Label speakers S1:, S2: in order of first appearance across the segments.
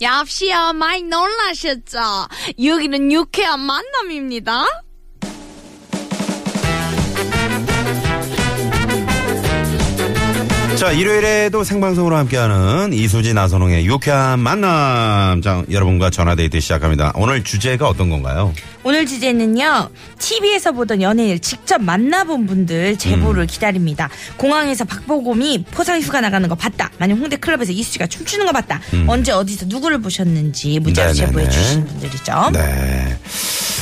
S1: 역시요 많이 놀라셨죠? 여기는 유쾌한 만남입니다.
S2: 자, 일요일에도 생방송으로 함께하는 이수지 나선홍의 유쾌한 만남. 자, 여러분과 전화데이트 시작합니다. 오늘 주제가 어떤 건가요?
S3: 오늘 주제는요 TV에서 보던 연예인을 직접 만나본 분들 제보를
S2: 음.
S3: 기다립니다 공항에서 박보검이 포상 휴가 나가는 거 봤다 만약 홍대 클럽에서 이수지가 춤추는 거 봤다 언제 어디서 누구를 보셨는지 문자로
S2: 음. 네네네.
S3: 제보해 주신 분들이죠
S2: 네.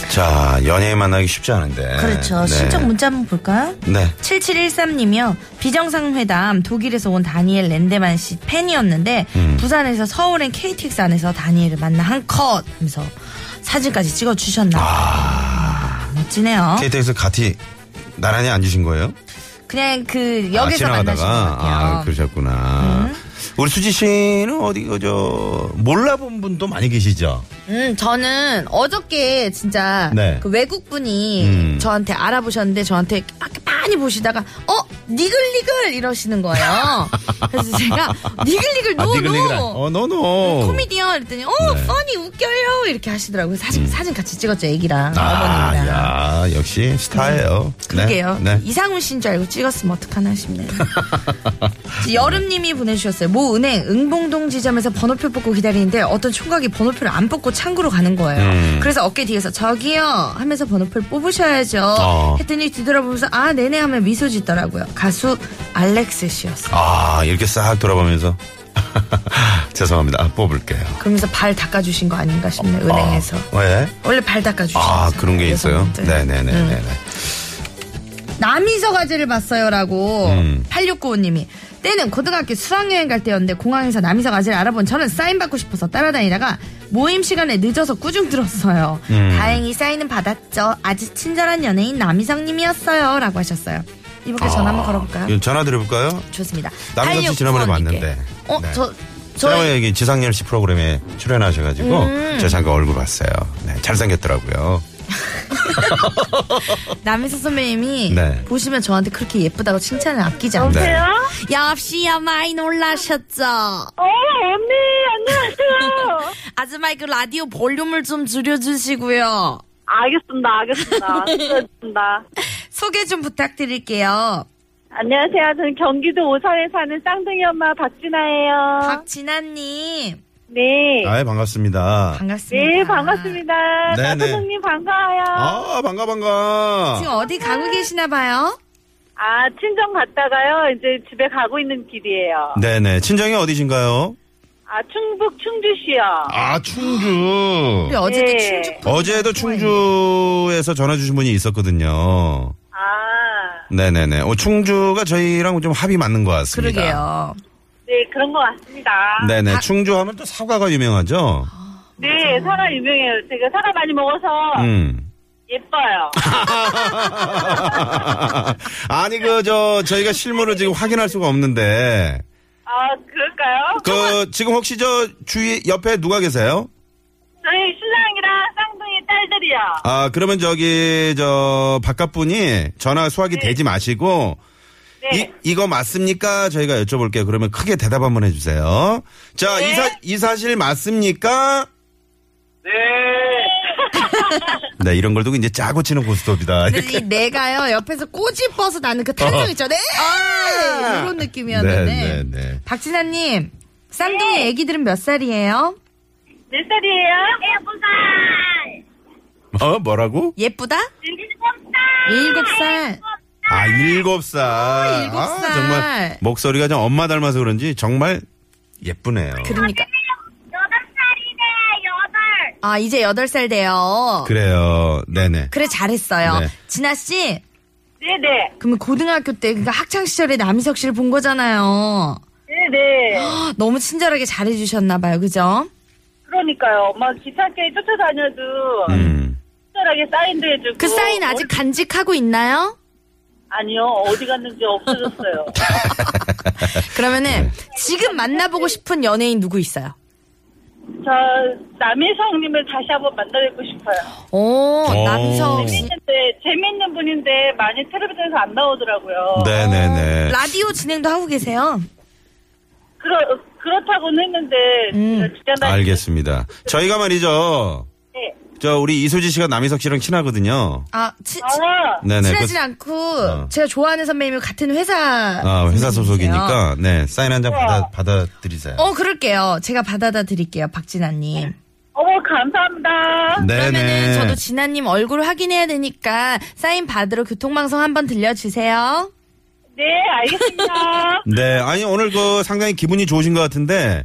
S2: 자, 연예인 만나기 쉽지 않은데.
S3: 그렇죠
S2: 네.
S3: 신청 문자 한번 볼까요?
S2: 네.
S3: 7713님이요. 비정상회담 독일에서 온 다니엘 랜데만 씨 팬이었는데
S2: 음.
S3: 부산에서 서울행 KTX 안에서 다니엘을 만나 한 컷 하면서 사진까지 찍어 주셨나. 아, 멋지네요.
S2: KTX 같이 나란히 앉으신 거예요?
S3: 그냥 그
S2: 아,
S3: 역에서 만나신 것
S2: 지나가다가?
S3: 같아요. 음.
S2: 아, 그러셨구나. 우리 수지 씨는 어디, 그, 저, 몰라본 분도 많이 계시죠?
S3: 음, 저는 어저께 진짜
S2: 네.
S3: 그 외국 분이
S2: 음.
S3: 저한테 알아보셨는데 저한테 막 많이 보시다가 어 니글니글 이러시는 거예요. 그래서 제가 니글니글
S2: 아, 니글니글.
S3: 노노
S2: 어, 네. 노노.
S3: 코미디언 그랬더니 어 써니 웃겨요 이렇게 하시더라고요. 사진 사진 같이 찍었죠 애기랑
S2: 음. 아,
S3: 어머님이랑.
S2: 야, 역시 스타예요. 네,
S3: 그러게요.
S2: 네.
S3: 이상훈 씨인 줄 알고 찍었으면 어떡하나 싶네요. 여름님이 보내주셨어요. 모 은행 응봉동 지점에서 번호표 뽑고 기다리는데 어떤 총각이 번호표를 안 뽑고 창구로 가는 거예요.
S2: 음.
S3: 그래서 어깨 뒤에서 저기요 하면서 번호표를 뽑으셔야죠.
S2: 어.
S3: 했더니 뒤돌아보면서 아 네네 하면 미소 짓더라고요. 가수 알렉스 씨였어요.
S2: 아, 이렇게 싹 돌아보면서. 죄송합니다. 아, 뽑을게요.
S3: 그러면서 발 닦아주신 거 아닌가 싶네요. 은행에서.
S2: 아, 왜?
S3: 원래 발 닦아주시죠.
S2: 아, 그런 게 있어요? 네네네네. 네
S3: 남이서 과제를 봤어요라고
S2: 음.
S3: 8695님이 때는 고등학교 수학여행 갈 때였는데 공항에서 남이서 과제를 알아본 저는 사인 받고 싶어서 따라다니다가 모임 시간에 늦어서 꾸중 들었어요.
S2: 음.
S3: 다행히 사인은 받았죠. 아주 친절한 연예인 남이성님이었어요라고 하셨어요. 이분께 전화 한번 걸어볼까요?
S2: 이거 전화 드려볼까요?
S3: 좋습니다.
S2: 아, 그 남이성 씨
S3: 8695
S2: 지난번에
S3: 님께.
S2: 봤는데.
S3: 어,
S2: 네.
S3: 저,
S2: 저희
S3: 저,
S2: 여기 지상렬 씨 프로그램에 출연하셔가지고
S3: 음.
S2: 제가 잠깐 얼굴 봤어요. 네, 잘생겼더라고요.
S3: 남이서 선배님이
S2: 네.
S3: 보시면 저한테 그렇게 예쁘다고 칭찬을 아끼지 않아요.
S2: 네.
S4: 역시야 많이 놀라셨죠?
S1: 어, 언니, 안녕하세요.
S4: 아줌마 그 라디오 볼륨을 좀 줄여주시고요.
S1: 알겠습니다, 알겠습니다. 알겠습니다.
S3: 소개 좀 부탁드릴게요.
S1: 안녕하세요. 저는 경기도 오산에 사는 쌍둥이 엄마 박진아예요.
S3: 박진아님.
S1: 네.
S2: 아예 반갑습니다.
S3: 반갑습니다.
S1: 네, 반갑습니다.
S2: 네,
S1: 나
S2: 네.
S1: 선생님 반가워요.
S2: 아 반가
S3: 지금
S2: 반가.
S3: 어디 가고 계시나 봐요?
S1: 아, 친정 갔다가요. 이제 집에 가고 있는 길이에요.
S2: 네네 친정이 어디신가요?
S1: 아, 충북 충주시요.
S2: 아 충주.
S3: 우리 어제도
S1: 네.
S3: 충주
S2: 어제도 충주에서 전화 주신 분이 있었거든요.
S1: 아,
S2: 네네네. 어, 충주가 저희랑 좀 합이 맞는 것 같습니다.
S3: 그러게요. 아,
S1: 네, 그런 것 같습니다.
S2: 네네. 충주 하면 또 사과가 유명하죠.
S1: 네, 사과 유명해요. 제가 사과 많이 먹어서
S3: 아.
S2: 음.
S1: 예뻐요.
S2: 아니 그 저 저희가 실물을 지금 확인할 수가 없는데
S1: 아, 그럴까요?
S2: 그 지금 혹시 저 주위 옆에 누가 계세요?
S1: 저희 신랑이랑 쌍둥이 딸들이요.
S2: 아 그러면 저기 저 바깥 분이 전화 소화기
S3: 네.
S2: 대지 마시고
S1: 네.
S2: 이 이거 맞습니까? 저희가 여쭤볼게요. 그러면 크게 대답 한번 해주세요. 자
S1: 네.
S2: 이사 이사실 맞습니까? 네 이런 걸 두고 이제 짜고 치는 고스톱이다.
S3: 근데 이 내가요 옆에서 꼬집어서 나는 그 탄성 있죠. 네.
S1: 어.
S2: 아!
S3: 이런 느낌이었는데.
S2: 네, 네, 네.
S3: 박진아님 쌍둥이
S1: 네.
S3: 애기들은 몇 살이에요?
S1: 몇 살이에요? 일곱 네, 살.
S2: 어 뭐라고?
S3: 예쁘다? 네,
S1: 일곱
S3: 일곱
S1: 살.
S3: 살.
S2: 아 일곱 살.
S3: 어, 일곱
S2: 아,
S3: 살.
S2: 정말 목소리가 좀 엄마 닮아서 그런지 정말 예쁘네요.
S3: 그러니까
S1: 여덟 살이네, 여덟.
S3: 아 이제 여덟 살 돼요.
S2: 그래요. 네네.
S3: 그래 잘했어요.
S2: 네.
S3: 진아 씨.
S1: 네네.
S3: 그러면 고등학교 때 그러니까 학창 시절에 남희석 씨를 본 거잖아요.
S1: 네네.
S3: 헉, 너무 친절하게 잘해주셨나 봐요, 그죠?
S1: 그러니까요. 엄마 귀찮게 쫓아다녀도
S2: 음.
S1: 친절하게 사인도 해주고.
S4: 그 사인 아직
S1: 어디-
S4: 간직하고 있나요?
S1: 아니요. 어디 갔는지 없어졌어요.
S2: 네.
S3: 그러면은 지금 만나보고 싶은 연예인 누구 있어요?
S1: 저 남희성님을 다시 한번 만나뵙고 싶어요. 네.
S3: 오, 남성 씨.
S1: 재밌는데, 재밌는 분인데 많이 텔레비전에서 안 나오더라고요.
S2: 네네네.
S3: 라디오 진행도 하고 계세요?
S1: 그렇 그렇다고는 했는데
S4: 음.
S1: 제가 네. 주간 다니는
S2: 알겠습니다. 저희가 말이죠.
S1: 때,
S2: 저 우리 이수지 씨가 남희석 씨랑 친하거든요.
S3: 아, 치, 치,
S1: 아,
S2: 네네.
S3: 친하진
S2: 그-
S3: 않고
S2: 어.
S3: 제가 좋아하는 선배님이 같은 회사
S2: 아,
S3: 선배님이세요.
S2: 회사 소속이니까 네 사인 한 장 받아 받아드리세요.
S3: 어, 그럴게요. 제가 받아다 드릴게요, 박진아님.
S1: 어머 감사합니다.
S2: 네네.
S3: 그러면은 저도 진아님 얼굴 확인해야 되니까 사인 받으러 교통방송 한번 들려주세요.
S2: 어.
S1: 네 알겠습니다.
S2: 네 아니 오늘 그 상당히 기분이 좋으신 것 같은데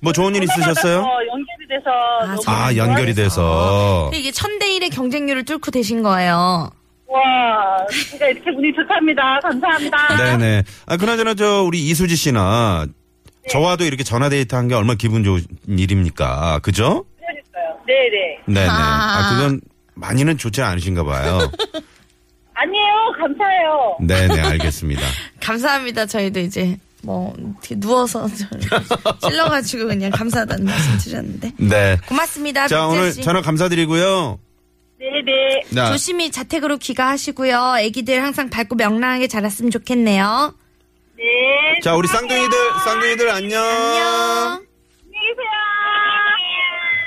S2: 뭐 좋은 일 있으셨어요?
S1: 전화받아서 연결이 돼서 너무
S2: 아 연결이 돼서
S3: 이게 천대일의 경쟁률을 뚫고 되신 거예요.
S1: 와 진짜 이렇게 운이 좋답니다. 감사합니다.
S2: 네네. 아 그나저나 저 우리 이수지 씨나
S3: 네.
S2: 저와도 이렇게 전화 데이트 한 게 얼마나 기분 좋은 일입니까? 그죠?
S1: 그러니까요. 네네
S2: 네네.
S3: 아.
S2: 아 그건 많이는 좋지 않으신가 봐요.
S1: 아니에요 감사해요.
S2: 네네 알겠습니다.
S3: 감사합니다. 저희도 이제 뭐 어떻게 누워서 찔러가지고 그냥 감사하다는 말씀 드렸는데
S2: 네.
S3: 고맙습니다. 빅재
S2: 자 오늘
S3: 씨.
S2: 전화 감사드리고요.
S1: 네
S5: 네네.
S2: 나
S3: 조심히 자택으로 귀가하시고요. 아기들 항상 밝고 명랑하게 자랐으면 좋겠네요.
S5: 네.
S2: 자, 우리 쌍둥이들, 쌍둥이들 안녕. 아.
S3: 안녕.
S5: 안녕히 계세요.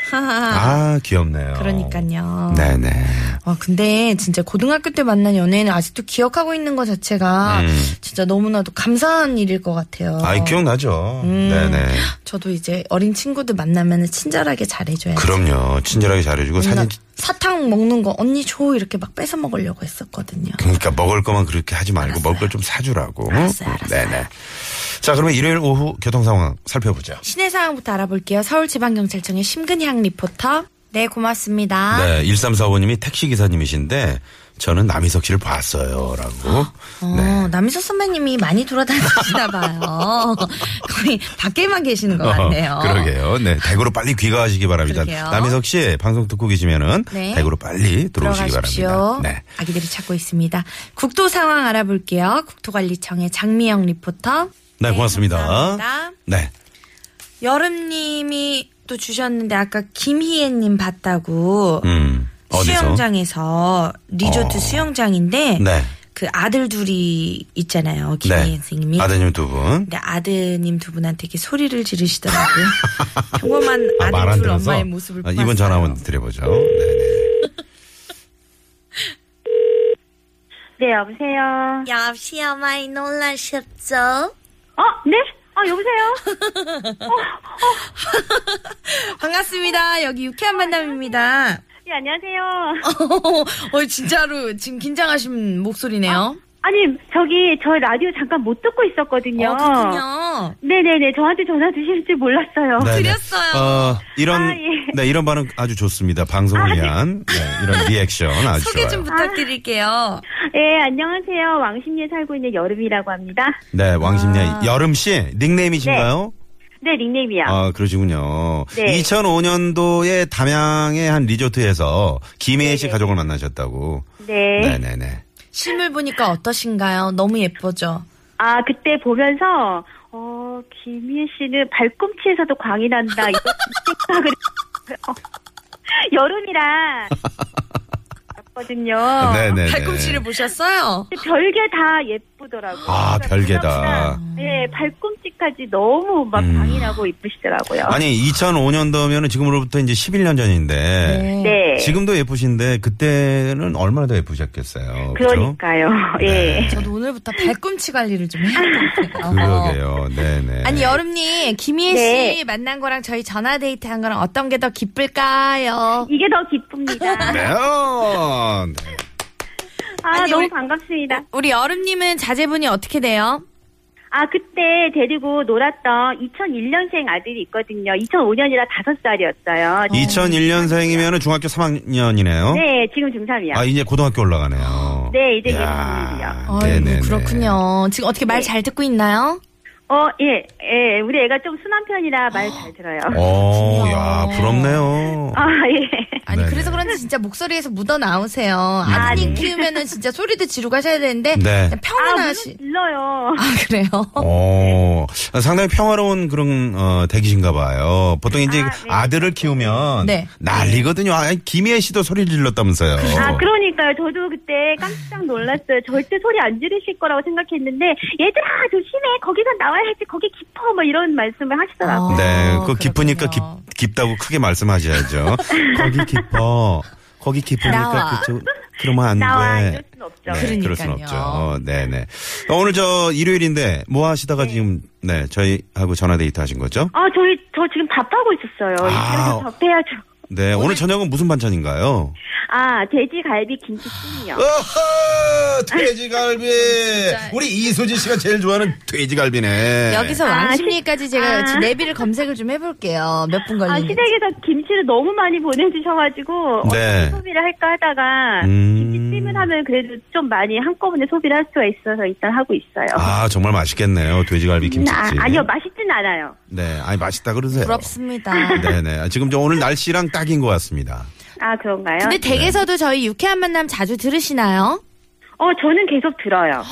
S3: 하하.
S2: 아, 귀엽네요.
S3: 그러니까요.
S2: 네네.
S3: 아, 근데 진짜 고등학교 때 만난 연예인을 아직도 기억하고 있는 것 자체가
S2: 음.
S3: 진짜 너무나도 감사한 일일 것 같아요.
S2: 아, 기억나죠.
S3: 어. 음.
S2: 네네.
S3: 저도 이제 어린 친구들 만나면 친절하게 잘해줘야지.
S2: 그럼요. 친절하게 잘해주고
S3: 맨날
S2: 사진.
S3: 사탕 먹는 거 언니 줘 이렇게 막 뺏어 먹으려고 했었거든요.
S2: 그러니까 먹을 거만 그렇게 하지 말고 먹을 걸 좀 사주라고.
S3: 알았어요, 알았어요.
S2: 네네. 자, 그러면 일요일 오후 교통 상황 살펴보죠.
S3: 시내 상황부터 알아볼게요. 서울지방경찰청의 심근향 리포터. 네, 고맙습니다.
S2: 네, 1345님이 택시기사님이신데 저는 남희석 씨를 봤어요. 라고.
S3: 어,
S2: 네.
S3: 남희석 선배님이 많이 돌아다니시나 봐요. 거의 밖에만 계시는 것 같네요.
S2: 어, 그러게요. 네. 대구로 빨리 귀가하시기 바랍니다.
S3: 그러게요.
S2: 남희석 씨 방송 듣고 계시면은
S3: 네.
S2: 대구로 빨리 들어오시기
S3: 들어가십시오.
S2: 바랍니다. 네.
S3: 아기들이 찾고 있습니다. 국도 상황 알아볼게요. 국토관리청의 장미영 리포터.
S2: 네, 고맙습니다.
S3: 감사합니다.
S2: 네.
S3: 여름님이 또 주셨는데 아까 김희애님 봤다고
S2: 음. 어디서?
S3: 수영장에서 리조트
S2: 어.
S3: 수영장인데
S2: 네.
S3: 그 아들 둘이 있잖아요. 김희애
S2: 네.
S3: 선생님이.
S2: 아드님 두 분.
S3: 근데 아드님 두 분한테 이렇게 소리를 지르시더라고요. 평범한
S2: 아, 말
S3: 네. 아들
S2: 안
S3: 둘
S2: 들어서.
S3: 엄마의 모습을
S2: 아,
S3: 봤어요.
S2: 이번 전화 한번 드려보죠. 네, 네네.
S5: 네, 여보세요.
S6: 역시요 많이 놀라셨죠?
S5: 어, 네? 아, 여보세요?
S3: 반갑습니다. 여기 유쾌한 만남입니다.
S5: 예, 안녕하세요.
S3: 어, 진짜로 지금 긴장하신 목소리네요.
S5: 아니, 저기, 저 라디오 잠깐 못 듣고 있었거든요.
S3: 어, 그렇군요.
S2: 아,
S5: 네네네, 저한테 전화 주실 줄 몰랐어요.
S2: 네네.
S3: 드렸어요.
S2: 어, 이런,
S5: 아, 예.
S2: 네, 이런 반응 아주 좋습니다. 방송을 위한 네, 이런 리액션 아주
S3: 예. 소개
S2: 좋아요.
S3: 좀 부탁드릴게요.
S5: 예, 안녕하세요. 왕십리에 살고 있는 여름이라고 합니다.
S2: 네,
S3: 아.
S2: 왕십년 여름 씨 닉네임이신가요?
S5: 네, 닉네임이요.
S2: 아, 그러시군요.
S5: 네.
S2: 2005년도에 담양의 한 리조트에서 김혜애 씨 가족을 만나셨다고.
S5: 네.
S2: 네, 네.
S3: 실물 보니까 어떠신가요? 너무 예뻐죠?
S5: 아, 그때 보면서, 어, 김희애 씨는 발꿈치에서도 광이 난다. 이거 생각을 했어요. 어, 여름이라. 거든요.
S2: 네, 네.
S3: 어, 팔꿈치를 뭐- 보셨어요?
S5: 별게 다 예쁘더라고요.
S2: 아,
S5: 그러니까
S2: 별게 다.
S5: 생각보다, 네, 발꿈치까지 너무 막
S2: 음.
S5: 광이 나고 이쁘시더라고요.
S2: 아니, 2005년도면은 지금으로부터 이제 11년 전인데.
S5: 네.
S2: 지금도 예쁘신데 그때는 얼마나 더 예쁘셨겠어요. 그죠?
S5: 그러니까요. 예.
S2: 네.
S3: 저도 오늘부터 발꿈치 관리를 좀 해야 될 것 같아요.
S2: 그러게요. 네, 네.
S3: 아니 여름님 김희애
S5: 네.
S3: 씨 만난 거랑 저희 전화 데이트 한 거랑 어떤 게 더 기쁠까요?
S5: 이게 더 기쁩니다.
S3: 어.
S2: 매운. 네.
S5: 아,
S3: 아니,
S5: 너무
S3: 우리-
S5: 반갑습니다.
S3: 우리 여름님은 자제분이 어떻게 돼요?
S5: 아, 그때 데리고 놀았던 2001년생 아들이 있거든요. 2005년이라 5살이었어요.
S2: 2001년생이면은 중학교 3학년이네요.
S5: 네, 지금 중3이요.
S2: 아, 이제 고등학교 올라가네요.
S5: 네, 이제
S2: 이야,
S5: 중1이요.
S3: 아이고,
S2: 네네네.
S3: 그렇군요. 지금 어떻게
S5: 네.
S3: 말 잘 듣고 있나요?
S5: 어, 예, 예, 우리 애가 좀 순한 편이라 말 잘 들어요.
S2: 오,
S3: 그렇군요.
S2: 야, 부럽네요.
S5: 아, 예.
S3: 아니
S2: 네네.
S3: 그래서 그런지 진짜 목소리에서 묻어 나오세요. 아드님 키우면은 진짜 소리도 지르고 하셔야 되는데
S2: 네.
S3: 그냥
S5: 아, 물론
S3: 평온하시.
S5: 질러요.
S3: 아, 그래요?
S2: 오, 어. 상당히 평화로운 그런 어, 댁이신가 봐요. 보통 이제
S5: 아, 네.
S2: 아, 들을 키우면
S3: 네.
S2: 난리거든요. 아, 김희애 씨도 소리 질렀다면서요.
S5: 아, 그러니까요. 저도 그때 깜짝 놀랐어요. 절대 소리 안 지르실 거라고 생각했는데, 얘들아, 조심해. 거기서 나와야지. 거기 깊어. 뭐 이런 말씀을 하시더라고요.
S2: 네,
S3: 아,
S2: 그거 깊으니까 깊,
S3: 그렇군요.
S2: 깊다고 크게 말씀하셔야죠. 거기 깊어. 거기
S3: 나와.
S2: 깊으니까 그쪽, 그러면 안
S5: 나와.
S2: 돼.
S5: 이럴 순 없죠.
S2: 네, 그럴 순
S3: 그러니까요.
S2: 없죠. 네네. 어, 오늘 저 일요일인데 뭐 하시다가 지금 네 저희하고 전화 데이트 하신 거죠?
S5: 아, 저희, 저 지금 밥하고 있었어요.
S2: 아.
S5: 이거 접해야죠.
S2: 네 오늘, 저녁은 무슨 반찬인가요?
S5: 아, 돼지갈비 김치찜이요.
S2: 어허 돼지갈비. 우리 이수지 씨가 제일 좋아하는 돼지갈비네.
S3: 여기서
S5: 아,
S3: 왕십리까지 제가
S5: 아.
S3: 지금 내비를 검색을 좀 해볼게요. 몇 분
S2: 음.
S5: 아,
S3: 걸리는지.
S5: 시댁에서 김치를 너무 많이 보내주셔가지고,
S2: 네.
S5: 어떻게 소비를 할까 하다가,
S2: 음.
S5: 김치찜을 하면 그래도 좀 많이 한꺼번에 소비를 할 수가 있어서 일단 하고 있어요.
S2: 아 정말 맛있겠네요 돼지갈비 김치찜.
S5: 아, 니요 맛있진 않아요.
S2: 네 아니 맛있다 그러세요.
S3: 부럽습니다.
S2: 네네 아, 지금 저 오늘 날씨랑 딱인 것 같습니다.
S5: 아, 그런가요?
S3: 근데
S2: 네.
S3: 댁에서도 저희 유쾌한 만남 자주 들으시나요?
S5: 어, 저는 계속 들어요.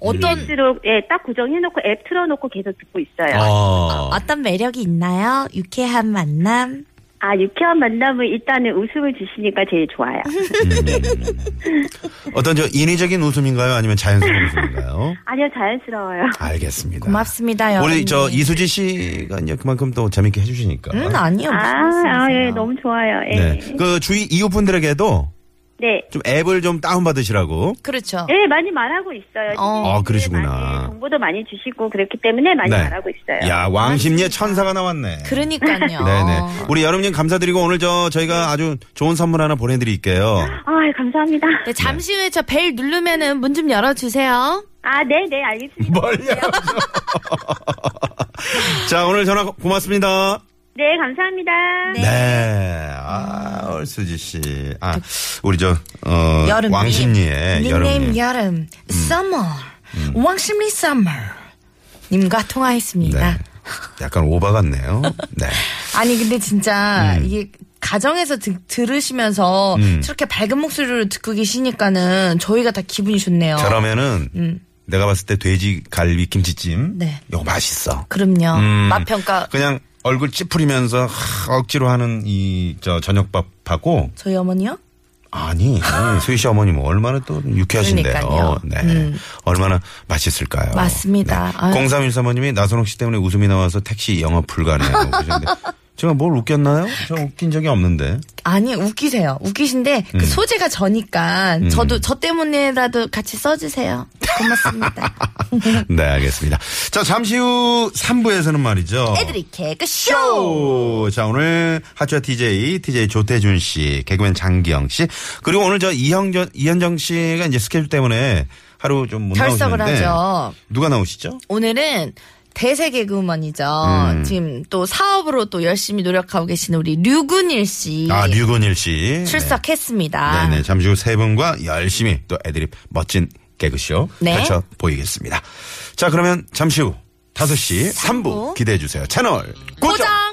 S3: 어떤
S2: 음.
S5: 실제로, 예, 딱 고정해놓고 앱 네. 틀어놓고 계속 듣고 있어요.
S3: 아,
S2: 어. 네.
S3: 어떤 매력이 있나요? 유쾌한 만남.
S5: 아, 아, 유쾌한 만남은 일단은 웃음을 주시니까 제일 좋아요.
S2: 어떤 저 인위적인 웃음인가요? 아니면 자연스러운 웃음인가요?
S5: 아니요, 자연스러워요.
S2: 알겠습니다.
S3: 고맙습니다, 여러분.
S2: 우리 저 이수지 씨가 이제 그만큼 또 재밌게 해주시니까.
S3: 음, 아니요.
S5: 아,
S3: 무슨
S5: 아,
S3: 말씀이세요?
S5: 예, 너무 좋아요. 예.
S2: 네. 그 주위 이웃분들에게도
S5: 네.
S2: 좀 앱을 좀 다운받으시라고.
S3: 그렇죠.
S5: 예, 많이 말하고 있어요.
S2: 아, 그러시구나.
S5: 많이 정보도 많이 주시고 그렇기 때문에 많이
S2: 네.
S5: 말하고 있어요. 음.
S2: 야, 왕심리의 천사가 나왔네.
S3: 그러니까요.
S2: 네네. 우리 여름님 감사드리고 오늘 저 저희가
S5: 네.
S2: 아주 좋은 선물 하나 보내드릴게요.
S5: 아, 감사합니다.
S1: 네, 잠시 후에 저 벨 누르면은 문 좀 열어주세요.
S5: 아, 네, 네, 알겠습니다.
S2: 뭘요? 자, 오늘 전화 고- 고맙습니다.
S5: 네, 감사합니다.
S2: 네. 아, 얼수지 씨. 아, 우리 저, 어,
S3: 그 여름님.
S2: 왕심리의
S3: 닉네임
S2: 여름님. 음.
S3: 여름, summer, 왕심리 summer 님과
S2: 네.
S3: 통화했습니다.
S2: 약간 오바 같네요. 네.
S3: 아니 근데 진짜 이게 가정에서 드- 들으시면서
S2: 음.
S3: 저렇게 밝은 목소리를 듣고 계시니까는 저희가 다 기분이 좋네요.
S2: 저러면은 내가 봤을 때 돼지 갈비 김치찜.
S3: 음. 네.
S2: 이거 맛있어.
S3: 그럼요.
S2: 음.
S3: 맛 평가
S2: 그냥 얼굴 찌푸리면서 하- 억지로 하는 이 저 저녁밥하고
S3: 저희 어머니요?
S2: 아니 소희 씨 어머님 얼마나 또 유쾌하신데요.
S3: 그러니까요.
S2: 네,
S3: 음.
S2: 얼마나 맛있을까요.
S3: 맞습니다. 아유.
S2: 0314번님이 나선홍 씨 때문에 웃음이 나와서 택시 영업 불가네요. 그러셨는데 제가 뭘 웃겼나요? 저 웃긴 적이 없는데.
S3: 아니 웃기세요. 웃기신데
S2: 음.
S3: 그 소재가 저니까 저도 저 때문에라도 같이 써주세요. 고맙습니다.
S2: 네, 알겠습니다. 자, 잠시 후 3부에서는 말이죠.
S3: 애들이 개그 쇼.
S2: 쇼! 자, 오늘 하츠와 TJ, TJ 조태준 씨, 개그맨 장기영 씨, 그리고 오늘 저 이현정, 이현정 씨가 이제 스케줄 때문에 하루 좀 못
S3: 결석을
S2: 나오시는데
S3: 하죠.
S2: 누가 나오시죠?
S3: 오늘은 대세 개그우먼이죠.
S2: 음.
S3: 지금 또 사업으로 또 열심히 노력하고 계시는 우리 류근일 씨
S2: 아, 류건일 씨.
S3: 예. 출석했습니다.
S2: 네. 네네. 잠시 후 세 분과 열심히 또 애드립 멋진 개그쇼
S3: 네.
S2: 펼쳐 보이겠습니다. 자, 그러면 잠시 후 5시 3부 기대해 주세요. 채널 고정!
S3: 고정!